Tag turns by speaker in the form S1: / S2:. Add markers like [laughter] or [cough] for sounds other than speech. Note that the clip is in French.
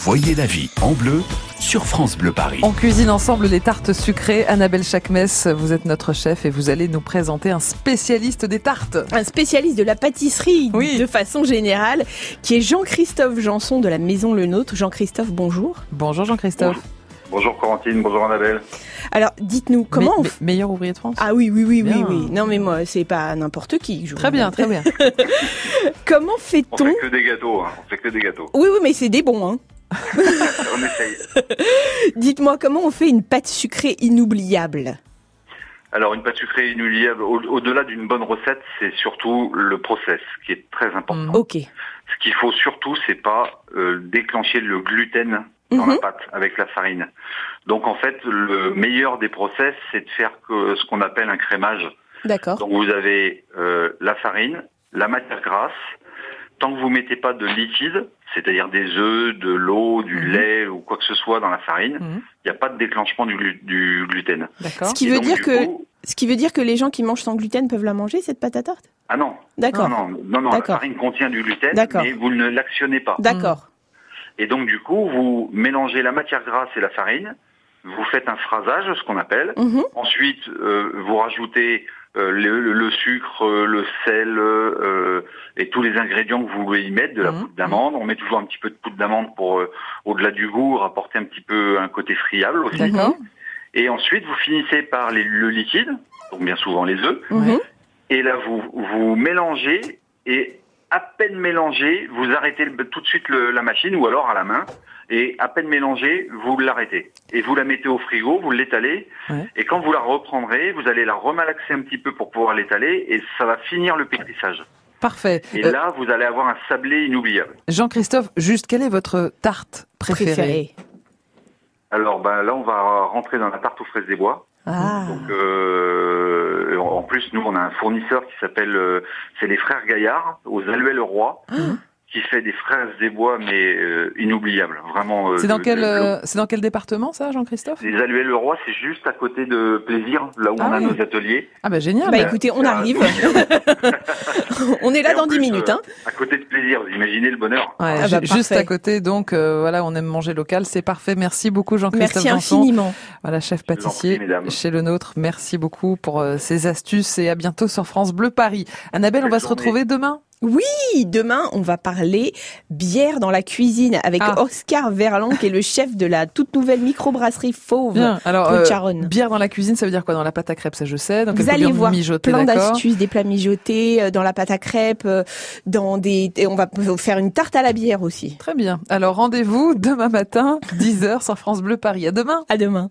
S1: Voyez la vie en bleu sur France Bleu Paris.
S2: On cuisine ensemble les tartes sucrées. Annabelle Chakmes, vous êtes notre chef et vous allez nous présenter un spécialiste des tartes.
S3: un spécialiste de la pâtisserie
S2: Oui.
S3: de façon générale, qui est Jean-Christophe Janson de la Maison Le Nôtre. Jean-Christophe, bonjour.
S2: Bonjour Jean-Christophe.
S4: Bonjour Corentine, bonjour Annabelle.
S3: Alors, dites-nous comment on
S2: Me-
S3: fait-
S2: me- Meilleur ouvrier de France
S3: Ah oui, oui, oui,
S2: Bien.
S3: oui, oui. Non, mais moi, c'est pas n'importe qui. je vous
S2: Très bien,
S3: demande.
S2: très [laughs] bien.
S3: Comment
S4: On
S3: fait-on
S4: fait que des gâteaux, hein. on fait que des gâteaux.
S3: Oui, oui, mais c'est des bons. Hein.
S4: On essaye.
S3: Dites-moi comment on fait une pâte sucrée inoubliable.
S4: Alors une pâte sucrée inoubliable, au- au-delà d'une bonne recette, c'est surtout le process qui est très important.
S2: Mm.
S3: Ok.
S4: Ce qu'il faut surtout, c'est pas euh, déclencher le gluten dans
S3: Mhm.
S4: la pâte avec la farine. Donc en fait, le meilleur des process, c'est de faire que, ce qu'on appelle un crémage.
S3: D'accord.
S4: Donc vous avez euh, la farine, la matière grasse. Tant que vous mettez pas de liquide, c'est-à-dire des œufs, de l'eau, du
S2: Mhm.
S4: lait ou quoi que ce soit dans la farine, il
S2: Mhm.
S4: n'y a pas de déclenchement du, glu- du gluten.
S2: D'accord.
S3: Ce qui
S4: Et
S3: veut
S4: donc,
S3: dire
S4: du
S3: que
S4: coup-
S3: ce qui veut dire que les gens qui mangent sans gluten peuvent la manger cette pâte à tarte.
S4: ah non, non,
S3: D'accord.
S4: non, non, non, la
S3: D'accord.
S4: farine contient du gluten,
S3: D'accord.
S4: mais vous ne l'actionnez pas.
S3: D'accord.
S4: Et donc du coup, vous mélangez la matière grasse et la farine, vous faites un phrasage, ce qu'on appelle.
S3: Mhm.
S4: Ensuite, euh, vous rajoutez euh, le, le- le sucre, euh, le sel euh, et tous les ingrédients que vous voulez y mettre, de la
S2: Mhm.
S4: poudre d'amande. On met toujours un petit peu de poudre d'amande pour, euh, au-delà du goût, rapporter un petit peu un côté friable aussi.
S2: D'accord.
S4: Et ensuite, vous finissez par les- le liquide, donc bien souvent les œufs.
S3: Mhm.
S4: Et là, vous, vous mélangez et à peine mélangé, vous arrêtez le- tout de suite le- la machine ou alors à la main. Et à peine mélangé, vous l'arrêtez. Et vous la mettez au frigo, vous l'étalez.
S2: Ouais.
S4: Et quand vous la reprendrez, vous allez la remalaxer un petit peu pour pouvoir l'étaler. Et ça va finir le pétrissage.
S2: Parfait.
S4: Et
S2: Euh,
S4: là, vous allez avoir un sablé inoubliable.
S2: Jean-Christophe, juste quelle est votre tarte préférée
S3: Préféré.
S4: Ah, Alors ben, là, on va rentrer dans la tarte aux fraises des bois.
S3: Ah.
S4: Donc, euh, en en plus, nous, on a un fournisseur qui s'appelle, euh, c'est les Frères Gaillard, aux Alluets-le-Roi,
S2: Ah.
S4: qui fait des fraises des bois, mais euh, inoubliables. Vraiment. euh,
S2: C'est dans
S4: de-
S2: quel
S4: de-
S2: euh, c'est dans quel département ça, Jean-Christophe
S4: Les Alluets-le-Roi, c'est juste à côté de Plaisir, là où
S2: Ah
S4: on a
S2: oui.
S4: nos ateliers.
S2: Ah bah génial.
S3: Bah écoutez, on
S4: Euh, [laughs]
S3: arrive. on est là
S4: Et en
S3: dans 10
S4: plus,
S3: minutes.
S4: euh,
S3: Hein.
S4: À côté de Plaisir, vous imaginez le bonheur.
S2: Ouais,
S3: Ah bah,
S2: ju- juste
S3: parfait.
S2: à côté, donc euh, voilà, on aime manger local, c'est parfait. Merci beaucoup Jean-Christophe
S3: Merci
S2: Janson,
S3: infiniment.
S2: voilà chef
S4: vous en prie,
S2: pâtissier
S4: mesdames.
S2: chez le nôtre. Merci beaucoup pour euh, ces astuces et à bientôt sur France Bleu Paris. Annabelle, on va
S4: Belle
S2: se
S4: journée.
S2: retrouver demain.
S3: Oui, demain, on va parler bière dans la cuisine avec
S2: Ah.
S3: Oscar Verland, qui est le chef de la toute nouvelle microbrasserie Fauve.
S2: Bien. Alors
S3: Claude
S2: euh,
S3: Charonne.
S2: bière dans la cuisine, ça veut dire quoi Dans la pâte à crêpes, ça je sais. Donc
S3: Vous
S2: elle peut
S3: allez
S2: bien
S3: voir
S2: mijoter,
S3: Plein
S2: d'accord
S3: d'astuces, des plats mijotés, euh, dans la pâte à crêpes, euh, dans des. et on va p- faire une tarte à la bière aussi.
S2: Très bien. Alors rendez-vous demain matin, 10h sur France Bleu Paris. À demain.
S3: À demain.